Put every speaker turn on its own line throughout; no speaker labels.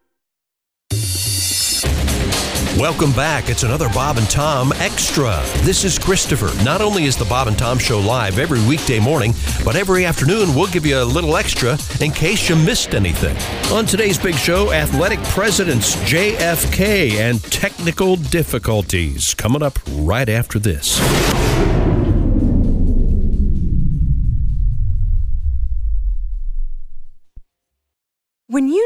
Welcome back. It's another Bob and Tom Extra. This is Christopher. Not only is the Bob and Tom Show live every weekday morning, but every afternoon we'll give you a little extra in case you missed anything.
On today's big show, athletic presidents JFK and technical difficulties coming up right after this.
When you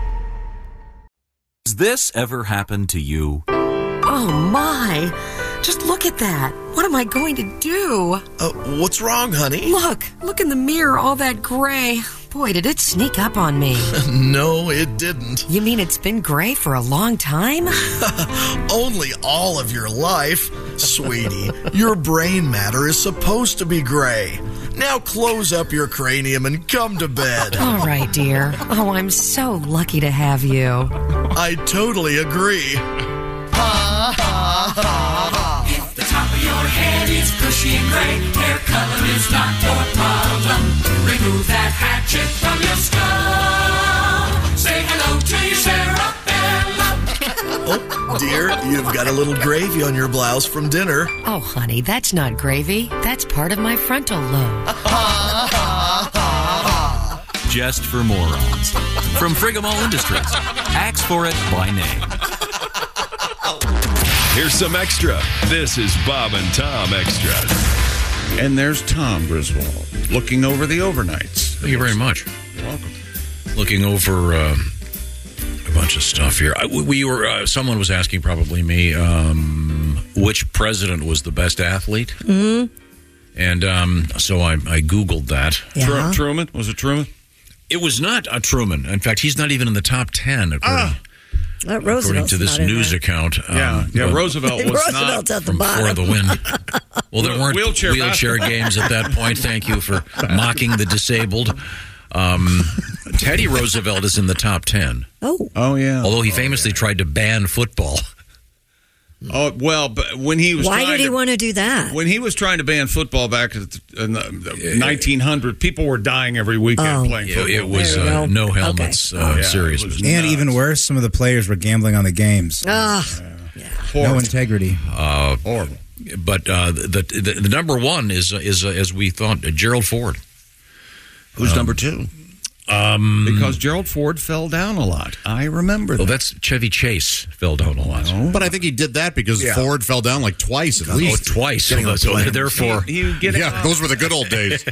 Has this ever happened to you?
Oh my! Just look at that. What am I going to do?
Uh, what's wrong, honey?
Look, look in the mirror, all that gray. Boy, did it sneak up on me.
no, it didn't.
You mean it's been gray for a long time?
Only all of your life. Sweetie, your brain matter is supposed to be gray. Now close up your cranium and come to bed.
all right, dear. Oh, I'm so lucky to have you.
I totally agree. Ha, ha, ha, ha.
If the top of your head is bushy and gray, hair color is not your problem. Remove that hatchet from your skull. Say hello to your cerebellum.
Oh, dear, you've got a little gravy on your blouse from dinner.
Oh, honey, that's not gravy. That's part of my frontal lobe.
Just for morons. From Frigamo Industries. Axe for it by name.
Here's some extra. This is Bob and Tom Extra.
And there's Tom Griswold looking over the overnights.
Thank you very much.
You're welcome.
Looking over um, a bunch of stuff here. I, we were. Uh, someone was asking, probably me, um, which president was the best athlete, mm-hmm. and um, so I, I googled that.
Tru- Truman? Was it Truman?
It was not a Truman. In fact, he's not even in the top ten according,
Uh,
according
Roosevelt's
to this
not in
news
there.
account.
Ah. Yeah.
um,
Yeah,
but
Roosevelt was
Roosevelt's
not.
at the
from For
bottom.
the Wind. Well, there
Wheel-
weren't
wheelchair
wheelchair, games at that point. Thank you for mocking the disabled. Um, Teddy Roosevelt is in the top ten.
Oh,
Oh, yeah.
Although he famously tried to ban football.
Oh, well, but when he was
why
trying
did he
to-
want to do that?
When he was trying to ban football back at the- in the, the 1900, people were dying every weekend
Oh.
playing
It,
football.
it was
There you go.
uh, no helmets uh,
Yeah,
series.
it was
And
nuts.
even worse, some of the players were gambling on the games.
Ah,
no
Horrible.
integrity.
Horrible.
But uh, the, the the number one is is uh, as we thought uh, Gerald Ford. Um,
Who's number two?
Because Gerald Ford fell down a lot. I remember
Well,
that.
that's Chevy Chase fell down a lot.
But I think he did that because Ford fell down like twice at
Oh,
least.
twice.
Getting on
So
planes.
therefore,
You get it.
Yeah, those were the good old days.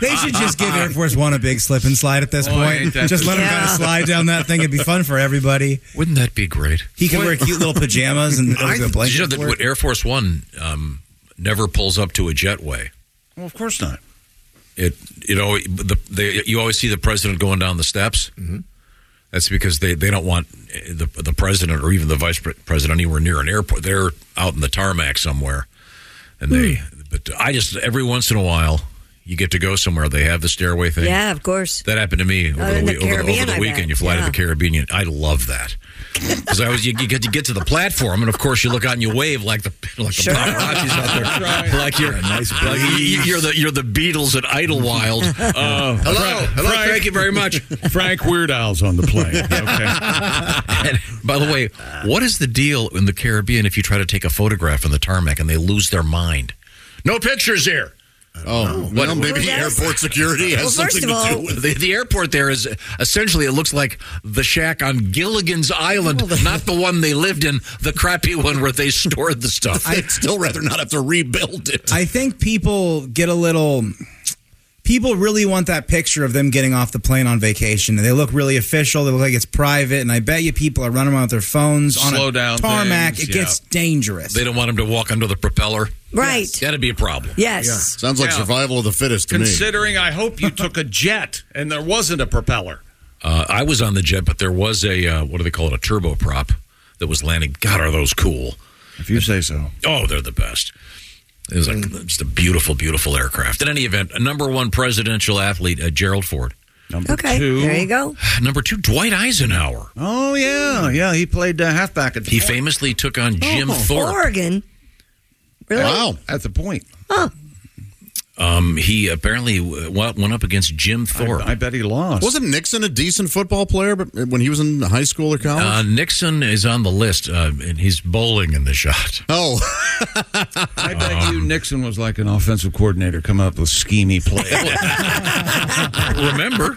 They should just give Air Force One a big slip and slide at this
Boy, ain't
point.
that
Just
the
let him kind of slide down that thing. It'd be fun for everybody.
wouldn't that be great?
He could wear cute little pajamas and
I-
a good
Did
blanket.
you know that
for it.
what Air Force One um, never pulls up to a jetway?
Well, of course not.
It it always the they, you always see the president going down the steps. That's because they, they don't want the the president or even the vice pre- president anywhere near an airport. They're out in the tarmac somewhere, and they.
Hmm.
But I just every once in a while you get to go somewhere. They have the stairway thing.
yeah, of course.
That happened to me over,
in
the,
the
wee- over, the, over
Caribbean,
the
I
weekend.
bet.
You fly to
Yeah.
the Caribbean. I love that.
Because I was you, you, get, you get to the platform, and of course you look out and you wave like the like
Sure.
the paparazzi's out there,
Right.
like you're
Nice
like you- you- you're the you're the Beatles at Idlewild.
Hello.
Uh,
Hello.
thank you very much.
Frank Weird Al's on the plane.
And by the way, what is the deal in the Caribbean if you try to take a photograph on the tarmac and they lose their mind? No pictures here. Oh,
Well, maybe the airport security has something to do with
the, the airport. There is essentially it looks like the shack on Gilligan's Island, not the one they lived in, the crappy one where they stored the stuff.
I'd still rather not have to rebuild it.
I think people get a little. People really want that picture of them getting off the plane on vacation, and they look really official. They look like it's private, and I bet you people are running around with their phones on
Slow
a
down
tarmac.
things,
it
yeah.
gets dangerous.
They don't want him to walk under the propeller.
Right.
That'd be a problem.
Yes.
Sounds like
Yeah.
survival of the fittest to me.
Considering, I hope you took a jet and there wasn't a propeller.
Uh, I was on the jet, but there was a uh, what do they call it? A turboprop that was landing. God, are those cool?
If you say so. Mm.
Oh, they're the best. It was a, just a beautiful, beautiful aircraft. In any event, number one presidential athlete, uh, Gerald Ford. Number
Okay, there you go.
Number two, Dwight Eisenhower.
Oh yeah, yeah. He played uh, halfback at the Oh,
He famously took on Jim Thorpe.
Oregon. Really?
At the point.
Um, he apparently w- went up against Jim Thorpe.
I bet he lost.
Wasn't Nixon a decent football player but when he was in high school or college?
Uh, Nixon is on the list, uh, and he's bowling in the shot.
Oh,
I bet you Nixon was like an offensive coordinator coming up with schemy plays.
Remember?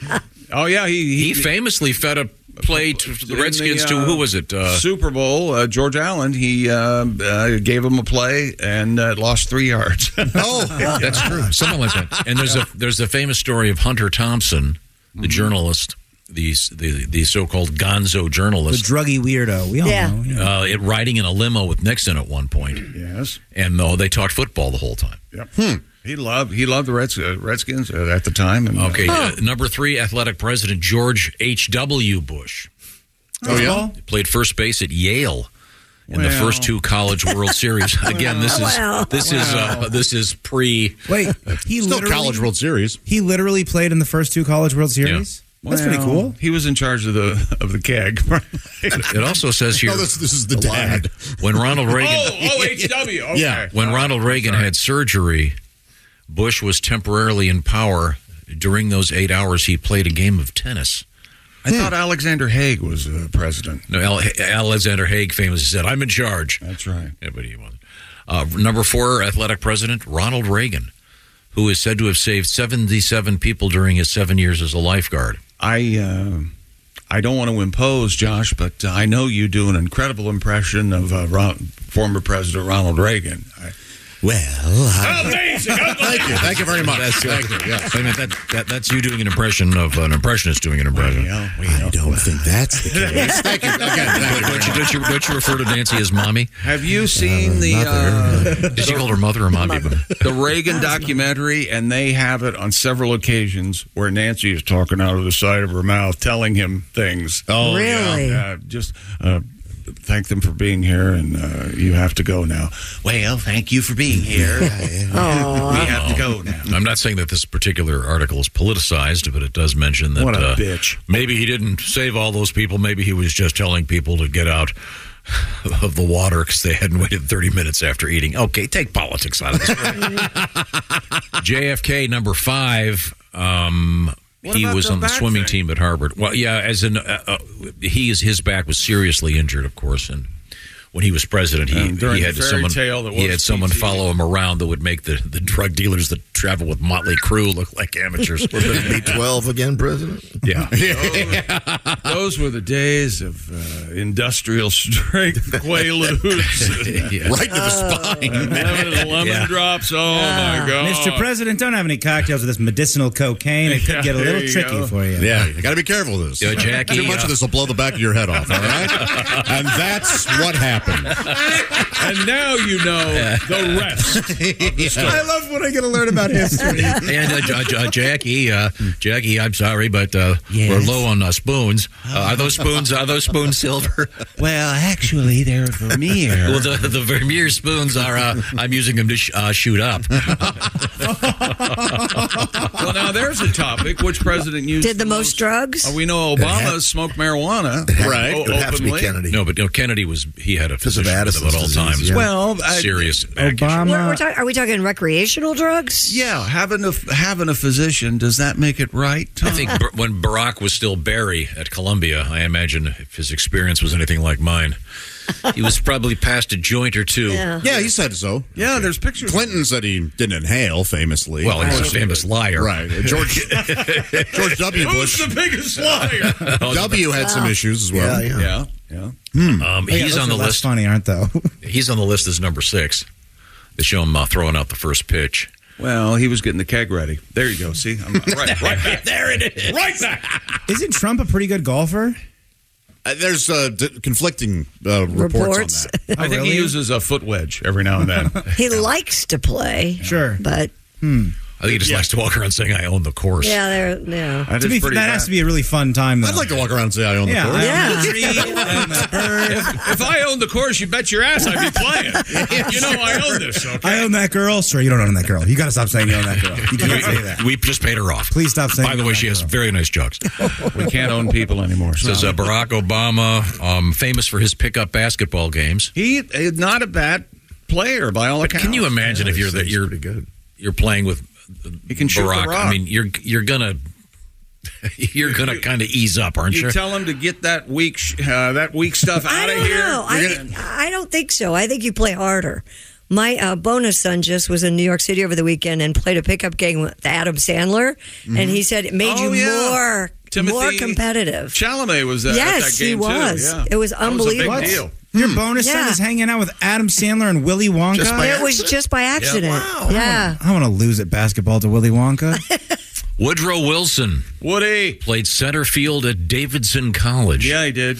oh yeah, he
He famously fed a play to the Redskins
uh,
to who was it? Uh,
Super Bowl, uh, George Allen. He um uh, gave him a play and uh, lost three yards.
oh, that's true. Something like that. And there's a there's a famous story of Hunter Thompson, the
Mm-hmm.
journalist, the the the so-called Gonzo
the
journalist,
druggy weirdo. We all
Yeah.
know.
uh, it, riding in a limo with Nixon at one point.
Yes.
And though they talked football the whole time.
Yep. Hmm. He loved he loved the Reds, uh, Redskins uh, at the time. And, uh,
Okay, uh, number three, athletic president George H. W. Bush
oh yeah.
played first base at Yale in the
Well.
first two College World Series. Again, this is
Well.
this is uh, this is pre.
Wait, he
Still
literally
college World Series.
he literally played in the first two college World Series. That's pretty
Well,
cool.
He was in charge of the of the keg.
It also says here.
No, Oh, this, this is the dad.
When Ronald Reagan.
oh, HW. Okay.
Yeah.
When Ronald Reagan had surgery, Bush was temporarily in power. During those eight hours, he played a game of tennis.
I thought Alexander Haig was uh, president.
No, Al- Alexander Haig famously said, "I'm in charge."
That's right.
Yeah, but he wasn't. Uh, number four, athletic president Ronald Reagan, who is said to have saved 77 people during his seven years as a lifeguard.
I uh, I don't want to impose, Josh, but uh, I know you do an incredible impression of uh, Ron- former President Ronald Reagan. I,
well,
Amazing.
thank you, thank you very much.
That's,
Thank you. Yeah.
I mean, that, that, that's you doing an impression of an impressionist doing an impression.
I don't think that's the case. thank you. Okay, thank you.
Don't you, don't, you, don't you refer to Nancy as mommy?
Have you seen the uh,
Did she call her mother or mommy?
the Reagan documentary? And they have it on several occasions where Nancy is talking out of the side of her mouth, telling him things.
Oh, yeah. Really?
Uh, just. Uh, Thank them for being here, and uh, you have to go now. Well, thank you for being here. we have to go now.
I'm not saying that this particular article is politicized, but it does mention that
What a
uh,
bitch.
maybe he didn't save all those people. Maybe he was just telling people to get out of the water because they hadn't waited 30 minutes after eating. Okay, take politics out of this. JFK number five. Um,
What
he
about
was
the
on the
back
swimming
thing?
team at Harvard. Well, yeah, as in uh, uh, he is his back was seriously injured, of course, and when he was president, he,
And during
he
the
had
fairy
someone
tale that
he
was E.
had someone
PT.
follow him around that would make the, the drug dealers that travel with Motley Crue look like amateurs.
Be 12 again, President?
yeah.
Those were the days of uh, industrial strength Quaaludes.
Yeah.
Right to the spine.
Lemon, lemon
Yeah.
drops. Oh, my God.
Mr. President, don't have any cocktails with this medicinal cocaine. It could get a
there
little
you
tricky
go.
for you.
Yeah, you got to be careful with this.
Yo, Jackie,
Too much
uh,
of this will blow the back of your head off, all right? and that's what
happened. and now you know the rest of the story.
I love when I get to learn about history.
and uh, J- J- Jackie, uh, Jackie, I'm sorry, but uh, we're low on uh, spoons. Uh, are those spoons? Are those spoons silver?
Well, actually, they're Vermeer.
well, the, the Vermeer spoons are. Uh, I'm using them to sh- uh, shoot up.
well, now there's a topic. Which president used
Did the most drugs?
Uh, we know
It
Obama
had-
smoked marijuana,
Right.
o- openly.
No, but you know, Kennedy was he had a physician with him
Addison's
at all
disease,
times.
yeah. Well, I-
serious.
We're- we're talk- are we talking recreational drugs?
Yeah, having a having a physician does that make it right?
I think Bar- when Barack was still Barry at Columbia, I imagine if his experience was anything like mine, he was probably past a joint or two.
Yeah. he said so.
Yeah, there's pictures.
Clinton said he didn't inhale, famously.
Well, he's a famous liar.
Right. George George W.
Who's
Bush.
the
biggest liar?
W had some issues as well.
Yeah, yeah.
Um,
Oh, yeah,
he's
those
on
are
the
less
list.
funny, aren't they?
He's on the list as number six. They show him uh, throwing out the first pitch.
Well, he was getting the keg ready. There you go. See, I'm right, right back.
there it is.
Right back.
Isn't Trump a pretty good golfer?
Uh, there's uh, d- conflicting uh, reports, on
Oh,
that.
I think he uses a foot wedge every now and then.
He likes to play. Sure. But,
Hmm.
I think he just likes to walk around saying, "I own the course."
yeah, they're, no.
To be- that has to be a really fun time. Though. I'd like
to walk around and say I own
yeah,
the course.
I own the
tree
and the bird.
If I owned the course, you bet your ass I'd be playing. you know I own this. Okay.
I own that girl. Sure, you don't own that girl. You got to stop saying you own that girl. You can't say that.
We just paid her off.
Please stop saying.
By the way, she has very nice jokes.
we can't own people anymore.
Says uh, Barack Obama, um, famous for his pickup basketball games.
He is not a bad player by all accounts.
Can you imagine if you're that you're you're playing with
you can shoot the
Barack?
rock.
I mean, you're you're gonna you're gonna kind of ease up, aren't you?
You tell him to get that weak sh- uh, that weak stuff
I
out of
don't
here.
know. I,
You're
think- I don't think so. I think you play harder. My uh, bonus son just was in New York City over the weekend and played a pickup game with Adam Sandler, and he said it made
Oh,
you
yeah.
more more
Timothy-
competitive.
Chalamet was
uh,
at
yes,
that game
he
too.
was.
Yeah.
It
That
was
was a big
unbelievable.
deal.
Your bonus son
Yeah.
is hanging out with Adam Sandler and Willy Wonka.
it was just by accident.
I wanna-
Yeah.
I want to lose at basketball to Willy Wonka.
Woodrow Wilson,
Woody
played center field at Davidson College.
Yeah, he did.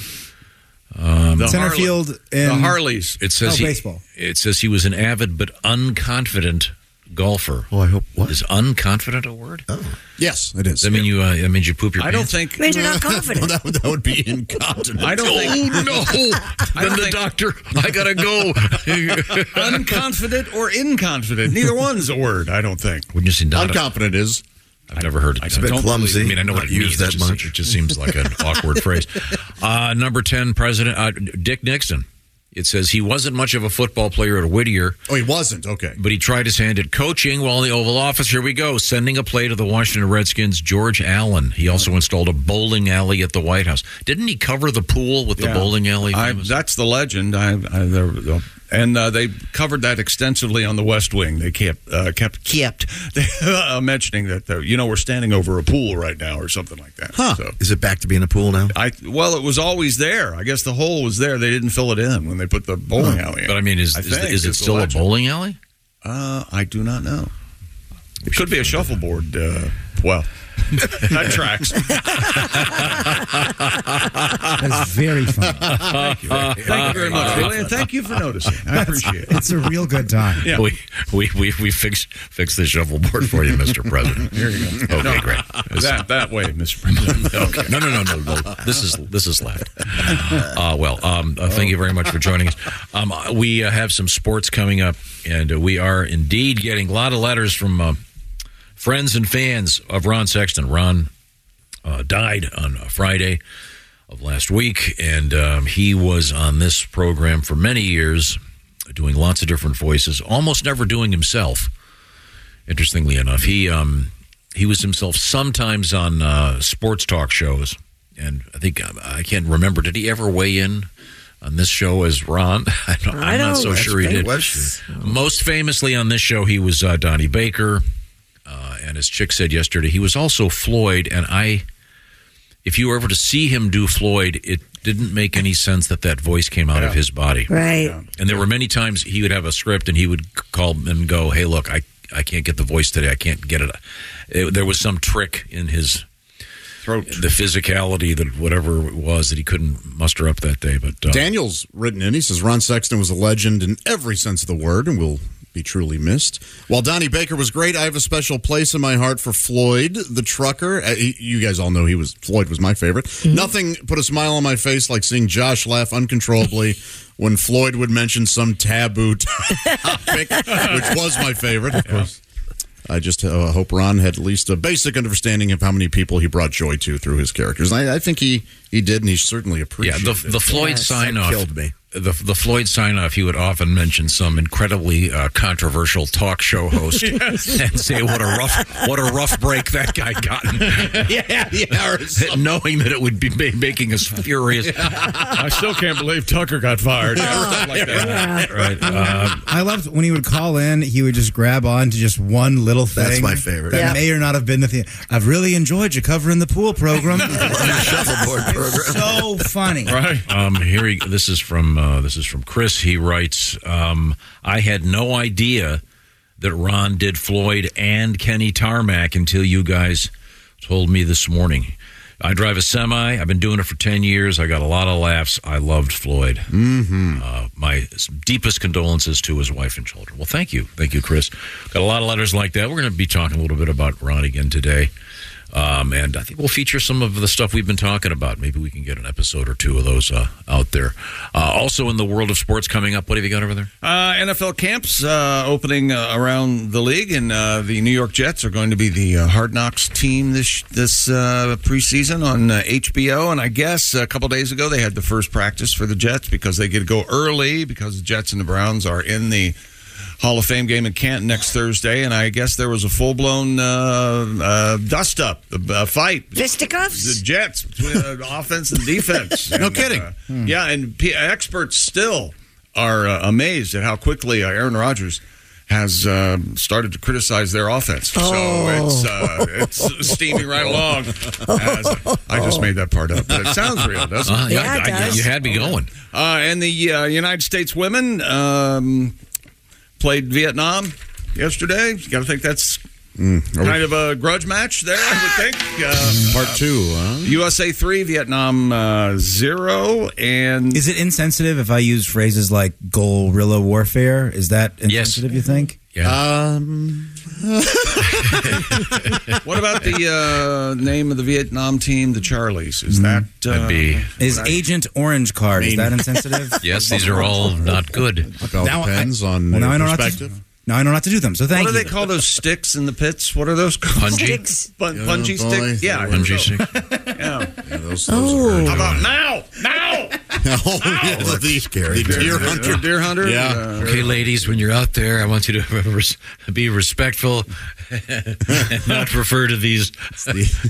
Um,
Center field in- The
Harleys.
It says
Oh,
he,
baseball.
It says he was an avid but unconfident golfer. Oh, I hope what is unconfident a word? Oh,
Yes, it is.
I mean you. Uh, I mean you poop your.
I don't
pants?
think.
Means you're not confident.
that, would, that would be incontinent.
I don't think.
Oh no! then the doctor, I gotta go.
Unconfident or inconfident. Neither one's a word, I don't think.
Wouldn't you say not?
Unconfident is.
I've never heard it.
It's a bit
I don't
clumsy,
believe- I mean, I know
not
what it means.
used that
it just,
much.
It just seems like an awkward phrase. Uh, number 10, President uh, Dick Nixon. It says he wasn't much of a football player at Whittier,
Oh, he wasn't. Okay.
but he tried his hand at coaching while in the Oval Office. Here we go. Sending a play to the Washington Redskins, George Allen. He also installed a bowling alley at the White House. Didn't he cover the pool with the
Yeah.
bowling alley?
I, that's the legend. I, I, there, and uh, they covered that extensively on The West Wing. They kept uh, kept kept uh, mentioning that. Uh, you know, we're standing over a pool right now, or something like that. Huh? So,
Is it back to being a pool now?
I well, it was always there. I guess the hole was there. They didn't fill it in when they put the bowling alley. in.
But I mean, is,
I
is,
think
is it
it's a
still a
legend.
bowling alley?
Uh, I do not know. It could be a shuffleboard. Uh, well, that tracks.
That's very funny.
Thank you. Thank you very
Uh,
much, Willie, and thank you for noticing. I appreciate it.
It's a real good time.
Yeah.
We we we, we fix fix the shuffleboard for you, Mr. President.
Here you go.
Okay,
No.
great.
That that way, Mr. President.
Okay. No, no, no, no, no. This is this is left. Uh, well, um, uh, thank you very much for joining us. Um, uh, we uh, have some sports coming up, and uh, we are indeed getting a lot of letters from uh, friends and fans of Ron Sexton. Ron uh, died on uh, Friday of last week, and um, he was on this program for many years, doing lots of different voices, almost never doing himself. Interestingly enough, he um, he was himself sometimes on uh, sports talk shows, and I think um, I can't remember. Did he ever weigh in on this show as Ron? I don't,
I
I'm not
don't-
so
that's
sure he
a great
did. Most famously on this show, he was uh, Donnie Baker, uh, and as Chick said yesterday, he was also Floyd. And I, if you were ever to see him do Floyd, it didn't make any sense that that voice came out of his body.
Right.
And there were many times he would have a script and he would c- call and go, "Hey, look, I I can't get the voice today. I can't get it." it there was some trick in his throat. The physicality that whatever it was that he couldn't muster up that day. But uh,
Daniel's written in. He says Ron Sexton was a legend in every sense of the word and will be truly missed. While Donnie Baker was great, I have a special place in my heart for Floyd the trucker. Uh, he- You guys all know he was Floyd was my favorite. Nothing put a smile on my face like seeing Josh laugh uncontrollably when Floyd would mention some taboo topic, which was my favorite. I just uh, hope Ron had at least a basic understanding of how many people he brought joy to through his characters. And I, I think he, he did, and he certainly
yeah,
appreciated
the
it.
the Floyd sign off
Killed me.
The the Floyd sign off. He would often mention some incredibly uh, controversial talk show host
Yes.
and say what a rough what a rough break that guy got. yeah, knowing that it would be ma- making us furious.
I still can't believe Tucker got fired.
Right. Uh,
I loved when he would call in, he would just grab on to just one little thing.
That's my favorite.
That
Yeah.
may or not have been the thing. I've really enjoyed you covering the pool program.
shuffleboard program.
so funny.
Um, here he, this is from uh, this is from Chris. He writes, um, "I had no idea that Ron did Floyd and Kenny Tarmac until you guys told me this morning. I drive a semi. I've been doing it for ten years. I got a lot of laughs. I loved Floyd. Mm-hmm. Uh, my deepest condolences to his wife and children. Well, thank you, thank you, Chris. Got a lot of letters like that. We're going to be talking a little bit about Ron again today." Um, and I think we'll feature some of the stuff we've been talking about. Maybe we can get an episode or two of those uh, out there. Uh, also, in the world of sports coming up, what have you got over there?
Uh, NFL camps uh, opening uh, around the league, and uh, the New York Jets are going to be the uh, Hard Knocks team this this uh, preseason on uh, HBO. And I guess a couple days ago they had the first practice for the Jets because they get to go early because the Jets and the Browns are in the Hall of Fame game in Canton next Thursday. And I guess there was a full blown uh, uh, dust up uh, fight
Fisticuffs?
the Jets, between, uh, offense and defense.
No
And,
kidding.
uh, Yeah, and p- experts still are uh, amazed at how quickly uh, Aaron Rodgers has uh, started to criticize their offense. So it's uh, it's steaming right along. As I just made that part up, but it sounds real, doesn't
Uh,
it?
yeah, Yeah, it I- I- does. you had me going.
Uh, and the uh, United States women um, played Vietnam yesterday. You got to think that's
Mm, are we-
kind of a grudge match there, I would think. Uh,
Part two, huh?
USA three, Vietnam uh, zero, and
Is it insensitive if I use phrases like guerrilla warfare? Is that insensitive, you think?
Um,
what about the uh, name of the Vietnam team, the Charlies?
Mm.
Is that uh,
That'd be-
Is Agent Orange Card, is that insensitive?
yes, these are all not good.
Now I- well, now I know not to- now I know not to do them, so thank
what do
you.
they call those sticks in the pits? What are those called?
Punji?
Pun- punji
Yeah, boy.
stick? Yeah.
Bungee stick.
oh.
How about now? Now!
yeah, the, the deer hunter.
Deer hunter?
Yeah.
Okay, ladies, when you're out there, I want you to res- be respectful and not refer to these.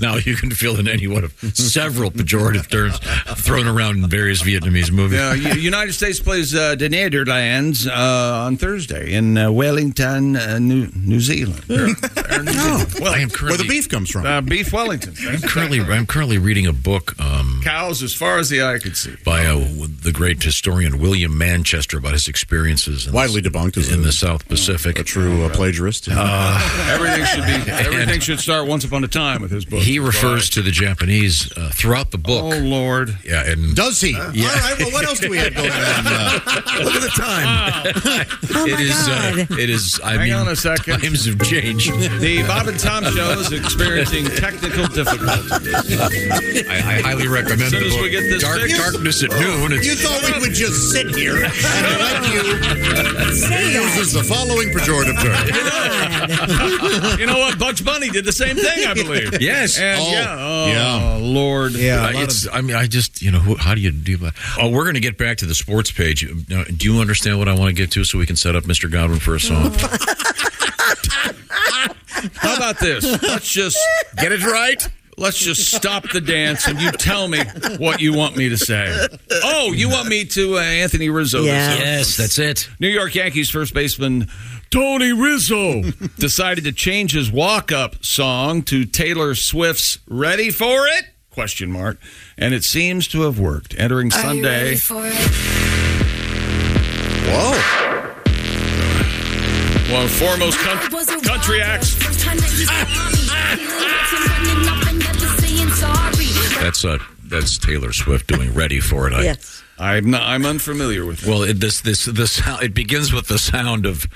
now, you can fill in any one of several pejorative terms thrown around in various Vietnamese movies.
Yeah, U- United States plays uh, the Netherlands uh, on Thursday in uh, Wellington, uh, New, New Zealand.
No.
Well,
I am
Where the
currently,
beef comes from.
uh, beef Wellington.
I'm currently, I'm currently reading a book um,
Cows as far as the eye could see.
by uh, the great historian William Manchester about his experiences in
Widely debunked as
the, in
a,
the South Pacific.
Oh,
a true uh, plagiarist.
Everything should be. Everything should start once upon a time with his book.
He refers to the Japanese uh, throughout the book.
Oh Lord!
Yeah, and
Does he?
Yeah.
All right. Well, what else do we have going on? Uh,
Look at the time.
Oh,
it
my
is. Uh,
God.
it is. I
Hang
mean,
on a second.
times have changed.
The Bob and Tom show is experiencing technical difficulties.
I, I highly recommend
As soon
the
as
book.
we get this
Dark
fixed-
darkness at noon. It's
you thought we would just sit here and let you use the following pejorative term.
You know what? Bugs Bunny did the same thing, I believe.
Yes.
And
Oh,
yeah. Oh
yeah.
Lord.
Yeah, a
Uh,
lot
it's. I mean, I just. You know, who, how do you do that? Oh, we're going to get back to the sports page. Now, do you understand what I want to get to, so we can set up Mr. Godwin for a song?
How about this? Let's just
get it right.
let's just stop the dance and you tell me what you want me to say. Oh, you want me to uh, Anthony Rizzo? to
Yeah.
say-
Yes, that's it.
New York Yankees first baseman Tony Rizzo decided to change his walk-up song to Taylor Swift's "Ready for It?" question mark, and it seems to have worked. Entering Sunday,
for it?
Whoa.
well, Oh. one of the foremost coun- country acts.
That's uh, that's Taylor Swift doing "Ready for It." I,
Yes. I'm not, I'm unfamiliar with.
Well, it, this this the sound it begins with the sound of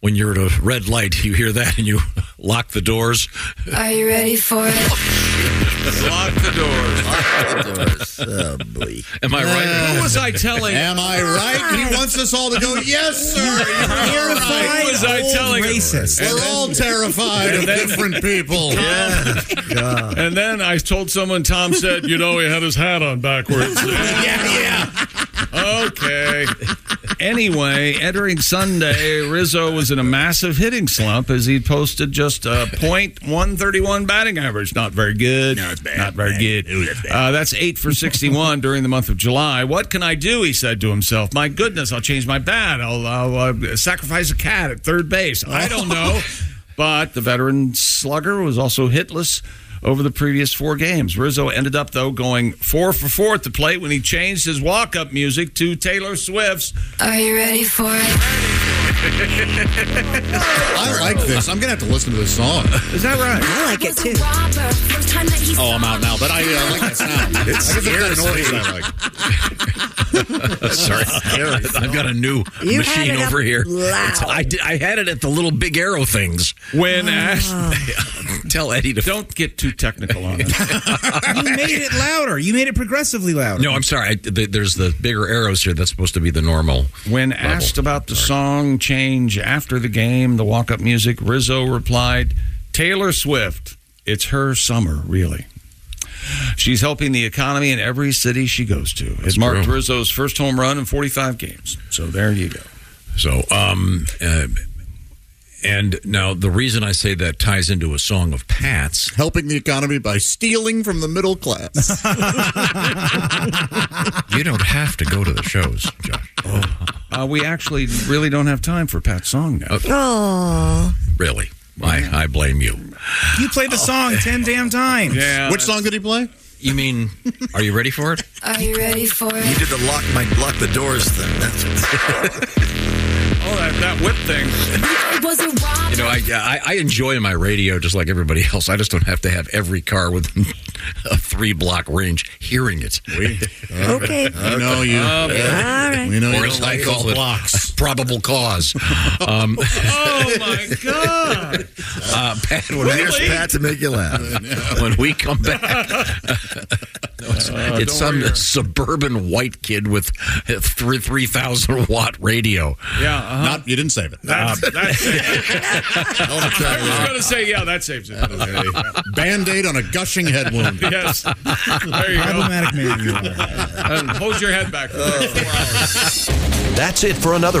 when you're at a red light. You hear that and you lock the doors.
Are you ready for it?
Lock the doors.
Am I right?
Who was Oh, I telling?
Am I right? He wants us all to go, yes, sir. You're right.
Who was I telling?
Racist. We're all terrified
And
of
then-
different people.
And then I told someone Tom said, you know, he had his hat on backwards. okay. Anyway, entering Sunday, Rizzo was in a massive hitting slump as he posted just a .131 batting average. Not very good. No, it's bad. Not very good. Uh, that's eight for 61 during the month of July. What can I do? He said to himself. My goodness, I'll change my bat. I'll, I'll uh, sacrifice a cat at third base. I don't know. But the veteran slugger was also hitless over the previous four games. Rizzo ended up, though, going four for four at the plate when he changed his walk up music to Taylor Swift's.
Are you ready for it?
I
Oh,
like this. I'm going to have to listen to this song.
Is that right?
I like it too. Oh,
I'm out now, but I uh, like that sound.
It's
I guess
scary.
that's the noise I like.
Sorry, I've got a new
You had
machine
it up
over here.
loud.
It's- I, did, I had it at the little big arrow things.
When
Ah.
asked,
tell Eddie to
don't get too technical on it.
You made it louder. You made it progressively louder.
No, I'm sorry. I, th- there's the bigger arrows here. That's supposed to be the normal.
When asked about the song change after the game, the walk up music, Rizzo replied, Taylor Swift, it's her summer, really. She's helping the economy in every city she goes to.
That's
it marked
true.
Rizzo's first home run in 45 games. So there you go.
So, um, uh, and now the reason I say that ties into a song of Pat's.
Helping the economy by stealing from the middle class.
You don't have to go to the shows, Josh.
Uh, we actually really don't have time for Pat's song now.
Oh.
Uh, Really? I, I blame you.
You played the song ten damn times.
Yeah, Which that's- song
did he play?
You mean, are you ready for it?
Are you ready for
You
it?
did the lock my lock the doors thing. That's
oh, that, that whip thing.
It was a robber.
You know, I, I I enjoy my radio just like everybody else. I just don't have to have every car within a three block range hearing it.
Okay.
I know you.
Oh,
All right.
We know you
or
don't
as I
like those
call it,
blocks.
probable cause. Um,
Oh my God!
uh, Pat, when
Well,
we-
there's Pat to make you laugh.
when we come back, No, it's,
Uh,
it's some suburban white kid with a three three thousand watt radio.
Yeah, uh-huh.
Not you didn't save it. Um,
That's, that's it. I was
Rob.
going to say, yeah, that saves it.
Band aid on a gushing head wound.
yes. There you go.
Problematic man. you are.
Uh, hold your head back. For four hours.
That's it for another